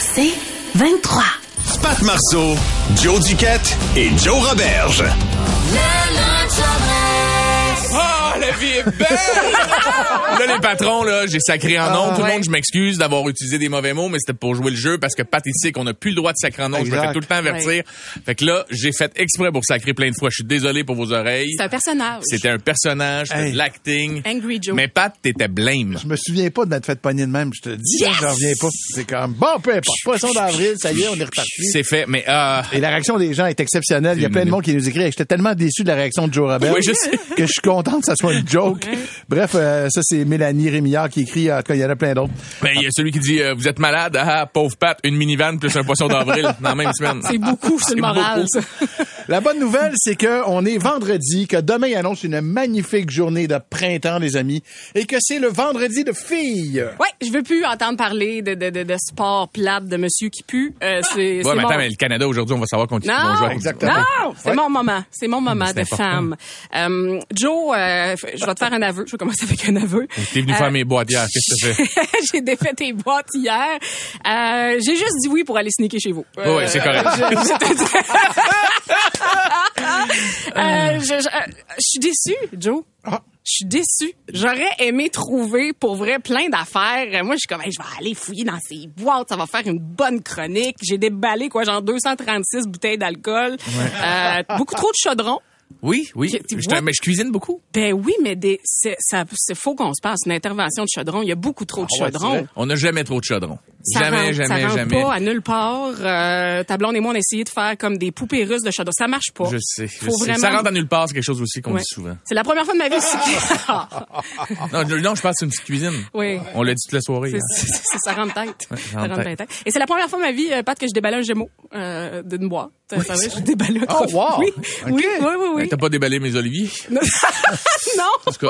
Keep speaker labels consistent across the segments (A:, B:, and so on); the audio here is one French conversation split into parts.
A: C'est 23.
B: Pat Marceau, Joe Duquette et Joe Roberge.
C: Ah, la vie est belle! là, les patrons, là, j'ai sacré en
D: Ah,
C: nom. Tout le monde, je m'excuse d'avoir utilisé des mauvais mots, mais c'était pour jouer le jeu parce que Pat ici qu'on n'a plus le droit de sacrer en nom. Je me fais tout le temps avertir. Fait que là, j'ai fait exprès pour sacrer plein de fois. Je suis désolé pour vos oreilles.
D: C'est un personnage.
C: C'était un personnage, c'était
E: Hey.
C: de l'acting.
D: Angry Joe.
C: Mais Pat, t'étais blême.
E: Je me souviens pas de m'être fait pogner de même. Je te dis, je reviens pas. C'est comme, bon, peu importe. Poisson d'avril, ça y est, on est reparti.
C: C'est fait, mais ah,
E: Et la réaction des gens est exceptionnelle. Il y a plein de monde qui nous écrit. J'étais tellement déçu de la réaction de Joe Robert
C: Oui, je sais.
E: que je suis content que ça soit une joke. Bref, euh, ça, c'est Mélanie Rémillard qui écrit. En tout cas, il y en a plein d'autres.
C: ben, il y a celui qui dit, euh, vous êtes malade, ah, ah, pauvre Pat, une minivan plus un poisson d'avril dans la même semaine.
D: C'est beaucoup sur le moral, ça.
E: La bonne nouvelle, c'est que on est vendredi, que demain annonce une magnifique journée de printemps, les amis, et que c'est le vendredi de filles.
D: Ouais, je veux plus entendre parler de, de, de, de sport plate de monsieur qui pue. Euh, c'est
C: Ah! Ouais,
D: c'est
C: mais
D: mort.
C: attends, mais le Canada aujourd'hui, on va savoir contre qui
D: Non,
C: ils vont jouer.
E: exactement.
D: Non, c'est
E: Ouais.
D: mon moment. C'est mon moment de
C: important.
D: femme. Euh, Joe, euh, f- je vais te faire un aveu. Je vais commencer avec un aveu.
C: T'es venu
D: Euh,
C: faire mes boîtes hier, qu'est-ce que tu fais?
D: J'ai défait tes boîtes hier. Euh, J'ai juste dit oui pour aller sneaker chez vous.
C: Ouais, ouais, c'est correct.
D: je- je te dis- Euh, je- je euh, je suis déçue, Joe. Je suis déçue. J'aurais aimé trouver pour vrai plein d'affaires. Moi, je suis comme, Hey, je vais aller fouiller dans ces boîtes, ça va faire une bonne chronique. J'ai déballé quoi, genre 236 bouteilles d'alcool, Euh, beaucoup trop de chaudrons.
C: Oui, oui.
D: J'ai- tu
C: Je,
D: vois-
C: mais je cuisine beaucoup.
D: Ben oui, mais des, c'est, ça, c'est faut qu'on se passe une intervention de chaudron. Il y a beaucoup trop de chaudrons.
C: On n'a jamais trop de chaudrons.
D: Ça
C: jamais,
D: rentre-
C: jamais,
D: ça rentre
C: jamais.
D: pas à nulle part. Euh, ta blonde et moi, on a essayé de faire comme des poupées russes de chaudron. Ça marche pas.
C: Je sais. je
D: Faut
C: sais.
D: vraiment-
C: Ça rentre à nulle part, c'est quelque chose aussi qu'on
D: Ouais.
C: dit souvent.
D: C'est la première fois de ma vie que Ah,
C: Non, je, non, je pense que c'est une petite cuisine.
D: Oui.
C: On l'a dit toute la soirée.
D: c'est-
C: hein.
D: c'est- c'est- Ça rentre tête.
C: ça
D: Ça
C: rentre
D: rentre bien tête. Et c'est la première fois de ma vie, euh, Pat, que je déballe un Gémeaux euh, d'une boîte. Ça vrai, je déballe un
E: Oh,
D: trophée.
E: wow.
D: Oui, oui, oui, oui,
C: Ben,
D: oui.
C: T'as pas déballé mes oliviers.
D: non,
C: En tout cas,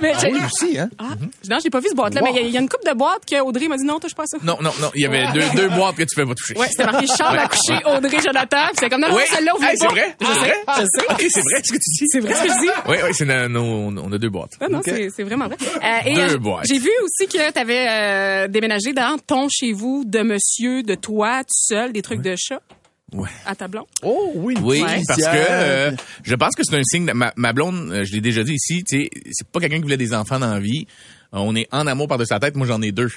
D: mais j'ai...
E: Oui, aussi, hein?
D: Ah,
C: Mhm.
D: non, j'ai pas vu ce boîte-là, mais il y a- il y, a une coupe de boîtes que Audrey m'a dit non, touche pas à ça.
C: non, non, non. Il y avait deux, deux boîtes que tu peux pas toucher.
D: Ouais, c'était marqué Charles à coucher, Audrey, Jonathan. Puis c'est comme, non, non,
C: Oui.
D: celle-là, vous
C: Hey, c'est
D: pas. Ah,
C: vrai. C'est vrai.
D: Je sais.
C: Ok, c'est vrai ce que tu dis.
D: C'est vrai ce que je dis.
C: Oui, oui, c'est na- nos- on a deux boîtes.
D: Ah Non, non, c'est- c'est vraiment vrai. Euh,
C: Deux
D: euh, j-
C: boîtes.
D: J'ai vu aussi que tu avais déménagé dans ton chez vous de monsieur, de toi, tout seul, des trucs de chat
C: Ouais.
D: à ta blonde.
E: Oh oui,
C: Oui,
D: Ouais.
C: parce que euh, je pense que c'est un signe. de- Ma, ma blonde, euh, je l'ai déjà dit ici, tu sais, c'est pas quelqu'un qui voulait des enfants dans la vie. Euh, On est en amour par-dessus la tête. Moi, j'en ai deux.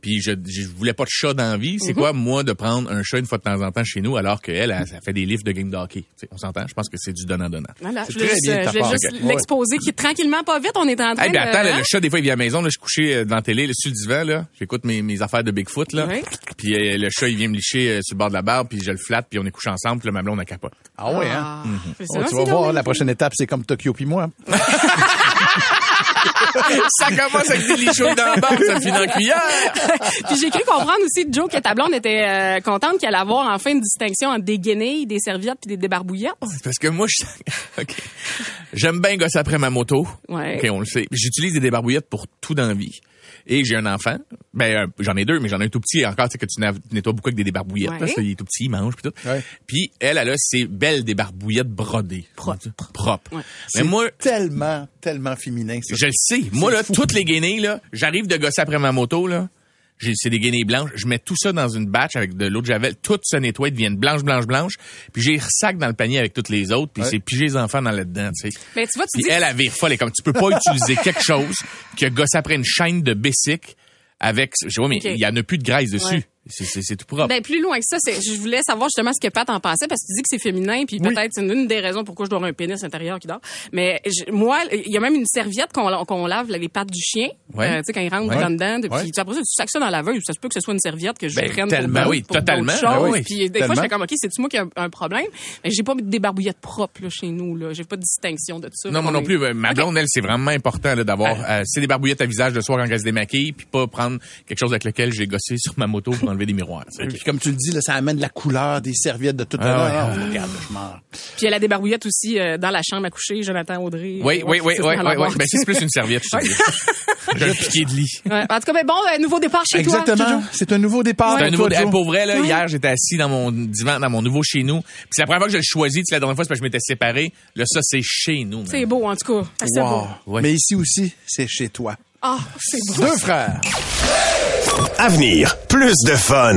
C: Puis je, je voulais pas de chat dans la vie.
D: Mhm.
C: C'est quoi, moi, de prendre un chat une fois de temps en temps chez nous, alors qu'elle, elle, elle fait des livres de game d'hockey. Tu sais, on s'entend? Je pense que c'est du donnant-donnant.
D: Voilà,
E: C'est
D: je voulais
E: très
D: juste,
E: bien de
D: euh,
E: ta
D: je voulais
E: part,
D: juste
E: ok. ben,
D: l'exposer qui tranquillement, pas vite, on est en train
C: Eh bien,
D: de...
C: attends, là,
D: hein?
C: le chat, des fois, il vient à la maison, là, je suis couché euh, dans la télé, là, sur le divan, là, j'écoute mes, mes affaires de Bigfoot, là,
D: Oui.
C: puis euh, le chat, il vient me licher euh, sur le bord de la barre, puis je le flatte, puis on est couché ensemble, puis le mamelon, on a capote.
E: Ah ouais, hein?
D: Ah, c'est
E: Oh,
D: ça,
E: tu
D: c'est hein?
E: vas voir,
D: normal.
E: la prochaine étape, c'est comme Tokyo puis moi.
C: ça commence avec des lichons dans la barre, ça finit en cuillère!
D: Puis j'ai cru comprendre aussi, Joe, que ta blonde était euh, contente qu'elle allait avoir enfin une distinction entre des guenilles, des serviettes puis des débarbouillettes.
E: Oh.
C: C'est parce que moi, je... OK. J'aime bien gosser après ma moto.
D: Ouais.
C: OK, on le sait. J'utilise des débarbouillettes pour tout dans la vie. Et j'ai un enfant. Ben, euh, j'en ai deux, mais j'en ai un tout petit. Et encore, tu sais que tu nav- tu nettoies beaucoup avec des débarbouillettes.
D: Ouais.
C: là. Ça, il est tout petit, il mange, puis tout.
E: Ouais.
C: Puis elle, elle a ses belles débarbouillettes brodées. Propres. Propres.
D: Ouais.
C: Mais moi,
E: Tellement, tellement féminin, ça.
C: je le sais. Moi, là, toutes les guenilles, là, j'arrive de gosser après ma moto, là. J'ai- C'est des guenilles blanches. Je mets tout ça dans une batch avec de l'eau de javel. Tout se nettoie, deviennent blanches, blanches, blanches. Puis j'ai ressac dans le panier avec toutes les autres. Puis
E: Ouais.
C: c'est piger les enfants dans là-dedans, tu sais.
D: Mais Ben, tu vois, tu
C: Puis
D: dis...
C: elle, elle vire folle. Elle est comme, tu peux pas utiliser quelque chose que gosse après une chaîne de Bessic avec, je vois, mais
D: Ok.
C: il y en a plus de graisse dessus.
D: Ouais.
C: C'est- C'est c'est tout propre.
D: Ben, plus loin que ça, c'est, je voulais savoir justement ce que Pat en pensait parce que tu dis que c'est féminin, puis
E: Oui.
D: peut-être c'est une des raisons pourquoi je dois avoir un pénis intérieur qui dort. Mais je- moi, il y a même une serviette qu'on, la- qu'on lave les pattes du chien,
C: Ouais.
D: euh, tu sais, quand il rentre
C: Ouais.
D: dedans, puis
C: Ouais.
D: tu- après ça, tu sacs ça dans la veille, ça se peut que ce soit une serviette que je
C: Ben,
D: prenne
C: tellement,
D: pour, d'autres-
C: oui,
D: pour d'autres
C: totalement.
D: choses.
C: Ah oui,
D: puis des
C: tellement.
D: fois, je fais comme, OK, c'est-tu moi qui ai un, un problème? Mais j'ai pas des barbouillettes propres là, chez nous, là. j'ai pas de distinction de ça.
C: Non, moi
D: On
C: non
D: est-
C: plus. Euh, Ma blonde, elle, c'est vraiment important là, d'avoir...
D: Ah.
C: euh, c'est des barbouillettes à visage le soir quand elle se démaquille, puis pas prendre quelque chose avec lequel j'ai gossé sur ma moto pour enlever des miroirs. tu sais.
E: Puis comme tu le dis, là, ça amène la couleur des serviettes de tout
C: Ah ouais.
E: à l'heure. Regarde, je m'en...
D: Puis elle a des barbouillettes aussi euh, dans la chambre à coucher, Jonathan Audrey.
C: Oui,
D: euh,
C: oui, oui,
D: c'est
C: oui, oui.
D: dans la
C: oui.
D: boîte.
C: Ben, c'est plus une serviette, je te dis. J'ai un piqué de lit.
D: Ouais. En tout cas, ben bon, euh, nouveau départ chez toi.
E: Exactement.
D: Jojo.
E: C'est un nouveau départ.
C: C'est un
E: pour
C: nouveau
E: toi,
C: hey,
E: Joe.
C: pour vrai là, hier j'étais assis dans mon divan dans mon nouveau chez nous. Puis c'est la première fois que je le choisis, tu sais, la dernière fois c'est parce que je m'étais séparé. Là ça c'est chez nous. man.
D: C'est beau, en tout cas. Ah, C'est
E: Wow.
D: beau.
C: Ouais.
E: Mais ici aussi, c'est chez toi.
D: Ah, c'est beau.
E: Deux frères.
B: Avenir, plus de fun.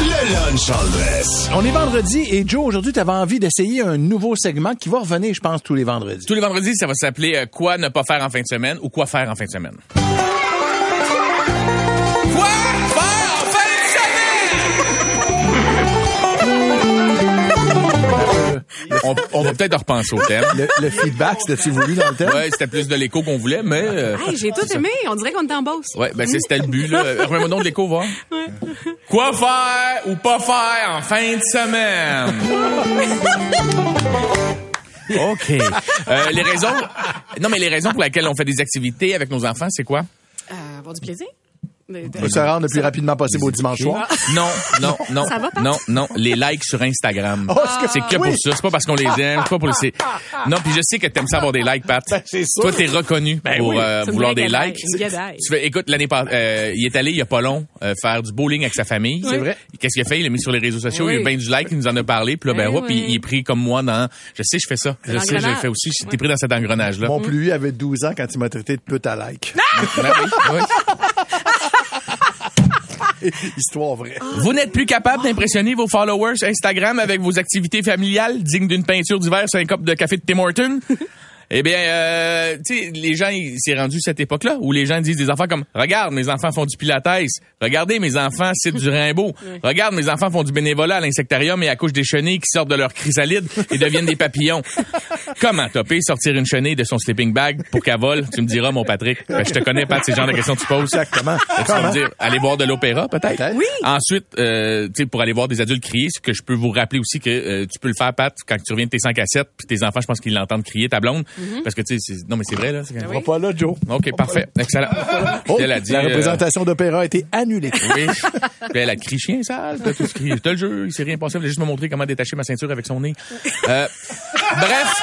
B: Le lunch en dress.
E: On est vendredi et Joe, aujourd'hui, t'avais envie d'essayer un nouveau segment qui va revenir, je pense, tous les vendredis.
C: Tous les vendredis, ça va s'appeler euh, quoi ne pas faire en fin de semaine ou quoi faire en fin de semaine. Quoi faire en fin de semaine on, on va peut-être repenser au thème.
E: Le, le feedback, c'était-tu voulu dans le thème?
C: Ouais, c'était plus de l'écho qu'on voulait, mais euh,
D: Hey, j'ai tout aimé. On dirait qu'on est en bosse.
C: Ouais, ben c'est- c'était le but, là. Remets-moi donc de l'écho, voir. Quoi faire ou pas faire en fin de semaine? OK. Euh, les raisons... Non, mais les raisons pour lesquelles on fait des activités avec nos enfants, c'est quoi?
D: Euh, avoir du plaisir. Euh, De- de-
E: On peut se rendre le plus rapidement possible au dimanche soir.
C: Non, non, non.
D: Ah. Ça va pas?
C: Non, non. Les likes sur Instagram.
E: Oh, est-ce que-
C: c'est que
E: oui.
C: pour ça. C'est pas parce qu'on les aime. C'est pas pour le... c'est- Non, puis je sais que t'aimes ça avoir des likes, Pat.
E: Ben, c'est sûr. Ben
C: Toi, t'es reconnu pour
D: oui,
C: euh,
D: c'est une
C: vouloir
D: vraie
C: des
D: gadaille,
C: likes.
D: une gadaille.
C: Tu fais, écoute, l'année passée, euh, il est allé, il y a pas long, euh, faire du bowling avec sa famille.
D: C'est vrai.
C: Qu'est-ce qu'il a fait? Il l'a mis sur les réseaux sociaux,
D: Oui.
C: il a eu bien du like, il nous en a parlé, puis là, ben,
D: Eh
C: hop,
D: oui.
C: il, il est pris comme moi dans, je sais, je fais ça. Je sais, je le
D: L'engrenage.
C: fais aussi. J'étais
D: Ouais.
C: pris dans cet engrenage-là.
E: Mon plus vieux avait 12 ans quand il m'a traité de pute à like.
C: Ben oui, oui.
E: Histoire vraie.
C: Vous n'êtes plus capable d'impressionner vos followers Instagram avec vos activités familiales dignes d'une peinture d'hiver sur un cop de café de Tim Horton? Eh bien, euh, tu sais, les gens, il- c'est rendu cette époque-là où les gens disent des enfants comme « Regarde, mes enfants font du pilates. Regardez, mes enfants c'est du Rimbaud. Regarde, mes enfants font du bénévolat à l'insectarium et accouchent des chenilles qui sortent de leur chrysalide et deviennent des papillons. Comment topper sortir une chenille de son sleeping bag pour qu'elle vole? Tu me diras, mon Patrick. Ben, je te connais, Pat, c'est le genre de questions que tu poses.
E: Exactement.
C: Tu vas me dire, aller voir de l'opéra, peut-être?
E: Peut-être.
D: Oui.
C: Ensuite, euh, tu sais, pour aller voir des adultes crier, ce que je peux vous rappeler aussi que euh, tu peux le faire, Pat, quand tu reviens de tes 100 cassettes, puis tes enfants, je pense qu'ils l'entendent crier, ta blonde. Parce que, tu sais, c'est- non, mais c'est vrai, là. c'est quand-
D: oui.
E: Pas là, Joe.
C: OK, parfait. Excellent.
E: Oh,
C: Puis elle a dit,
E: la
C: euh,
E: représentation d'opéra a été annulée.
C: oui. Puis elle a crié, chien sale, t'as tout crié. T'as le jeu, il s'est rien passé. Elle voulait juste me montrer comment détacher ma ceinture avec son nez. Euh, bref.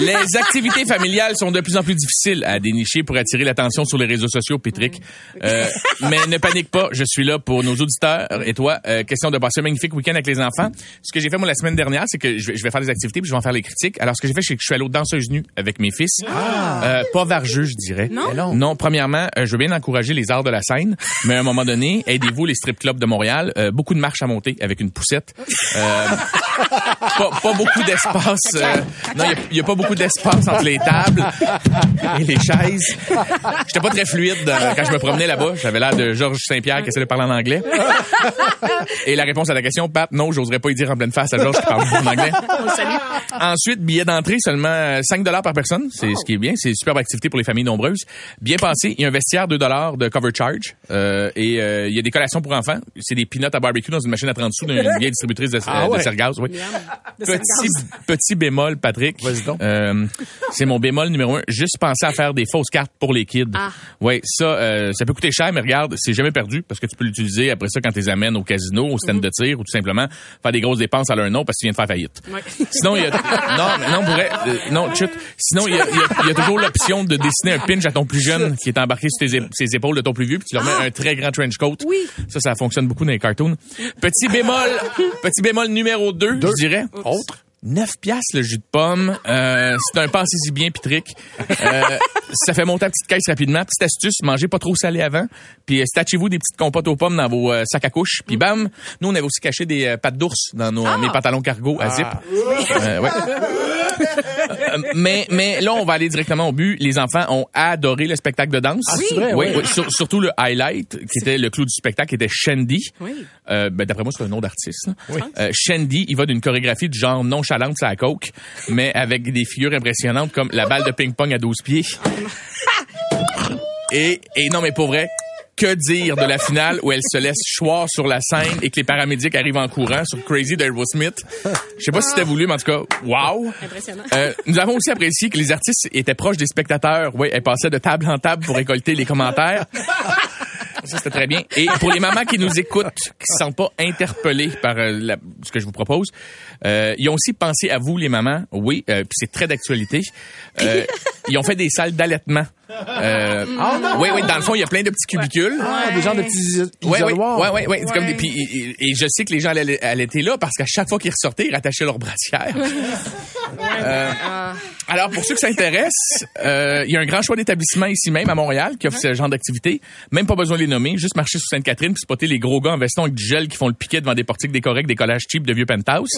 C: Les activités familiales sont de plus en plus difficiles à dénicher pour attirer l'attention sur les réseaux sociaux, Patrick. Euh, mais ne panique pas, je suis là pour nos auditeurs et toi. Euh, question de passer un magnifique week-end avec les enfants. Ce que j'ai fait moi la semaine dernière, c'est que je vais, je vais faire des activités puis je vais en faire les critiques. Alors ce que j'ai fait, c'est que je suis allé aux danseuses nues avec mes fils. Euh, pas vargeux, je dirais.
D: Ah! Non?
C: Mais Non, premièrement, euh, je veux bien encourager les arts de la scène, mais à un moment donné, aidez-vous les strip clubs de Montréal. Euh, beaucoup de marches à monter avec une poussette. Euh, pas, pas beaucoup d'espace. euh, non, il n'y a, pas beaucoup d'espace entre les tables et les chaises. J'étais pas très fluide euh, quand je me promenais là-bas. J'avais l'air de Georges Saint-Pierre qui essaie de parler en anglais. Et la réponse à ta question, Pat, non, j'oserais pas y dire en pleine face à Georges qui parle en anglais. Ensuite, billet d'entrée, seulement euh, 5 par personne. C'est ce qui est bien. C'est une superbe activité pour les familles nombreuses. Bien pensé. Il y a un vestiaire 2 de cover charge. Euh, et euh, il y a des collations pour enfants. C'est des peanuts à barbecue dans une machine à 30 sous d'une vieille distributrice de, euh, de
E: ouais.
C: Sergas, oui.
D: Miam. De
C: Petit,
D: Sargance.
C: petit bémol, Patrick.
E: Vas-y donc.
C: Euh, c'est mon bémol numéro un. Juste penser à faire des fausses cartes pour les kids.
D: Ah.
C: Ouais, ça, euh, ça peut coûter cher, mais regarde, c'est jamais perdu parce que tu peux l'utiliser après ça quand tu les amènes au casino, au
D: Mhm.
C: stand de tir ou tout simplement faire des grosses dépenses à leur nom parce que tu viens de faire faillite.
D: Ouais.
C: Sinon, il y a non, mais non, pour vrai, euh, non, chut. Sinon, il y a, il y a- il y a toujours l'option de dessiner un pinch à ton plus jeune qui est embarqué sur tes é- ses épaules de ton plus vieux, puis tu leur mets un très grand trench coat.
D: Oui.
C: Ça, ça fonctionne beaucoup dans les cartoons. Petit bémol, petit bémol numéro 2, je dirais. Autre. 9 piastres le jus de pomme. Euh, c'est un pensez-y bien, Pitrick. Euh, ça fait monter la petite caisse rapidement. Petite astuce, mangez pas trop salé avant. Puis euh, statchez-vous des petites compotes aux pommes dans vos euh, sacs à couche. Puis bam, nous, on avait aussi caché des euh, pattes d'ours dans nos, mes pantalons cargo à zip. Euh, ouais. Euh, mais, mais là, on va aller directement au but. Les enfants ont adoré le spectacle de danse.
E: Ah, c'est vrai,
C: oui.
E: oui.
C: oui. Sur- surtout le highlight, qui était le clou du spectacle, qui était Shandy.
D: Oui.
C: Euh, ben, D'après moi, c'est un nom d'artiste. là. Euh, Shandy, il va d'une chorégraphie du genre nonchalante à la coke, mais avec des figures impressionnantes comme la balle de ping-pong à 12 pieds. Et, et non, mais pour vrai, que dire de la finale où elle se laisse choir sur la scène et que les paramédics arrivent en courant sur Crazy d'Aerosmith? Je sais pas si c'était voulu, mais en tout cas, wow!
D: Impressionnant.
C: Euh, nous avons aussi apprécié que les artistes étaient proches des spectateurs. Oui, elles passaient de table en table pour récolter les commentaires. Ça, c'était très bien. Et pour les mamans qui nous écoutent, qui ne se sentent pas interpellées par euh, la- ce que je vous propose, euh, ils ont aussi pensé à vous, les mamans. Oui, euh, puis c'est très d'actualité. Euh, ils ont fait des salles d'allaitement. Euh, oui, oui, dans le fond, il y a plein de petits cubicules.
E: Ah, des gens de petits is-
C: Oui, oui,
E: isoloirs.
C: oui, oui, C'est comme des,
D: Ouais.
C: puis- et, et je sais que les gens allaient, allaient être là parce qu'à chaque fois qu'ils ressortaient, ils rattachaient leur brassière. Euh, alors, pour ceux que ça intéresse, euh, il y a un grand choix d'établissements ici même à Montréal qui offre ce genre d'activité. Même pas besoin de les nommer, juste marcher sur Sainte-Catherine puis spotter les gros gars en veston avec du gel qui font le piquet devant des portiques décorés des collages cheap de vieux penthouse.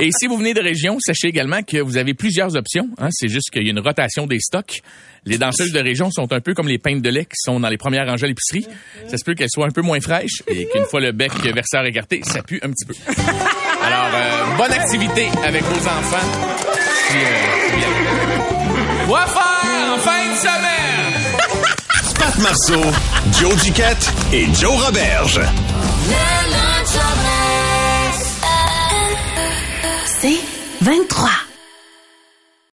C: Et si vous venez de région, sachez également que vous avez plusieurs options. hein. C'est juste qu'il y a une rotation des stocks. Les danseuses de région sont un peu comme les peintes de lait qui sont dans les premières rangées à l'épicerie. Ça se peut qu'elles soient un peu moins fraîches et qu'une fois le bec verseur écarté, ça pue un petit peu. Alors, euh, bonne activité avec vos enfants. Puis, euh, bien. Quoi faire en fin de semaine?
B: Pat Marceau, Joe Duquette et Joe Roberge.
A: C'est 23.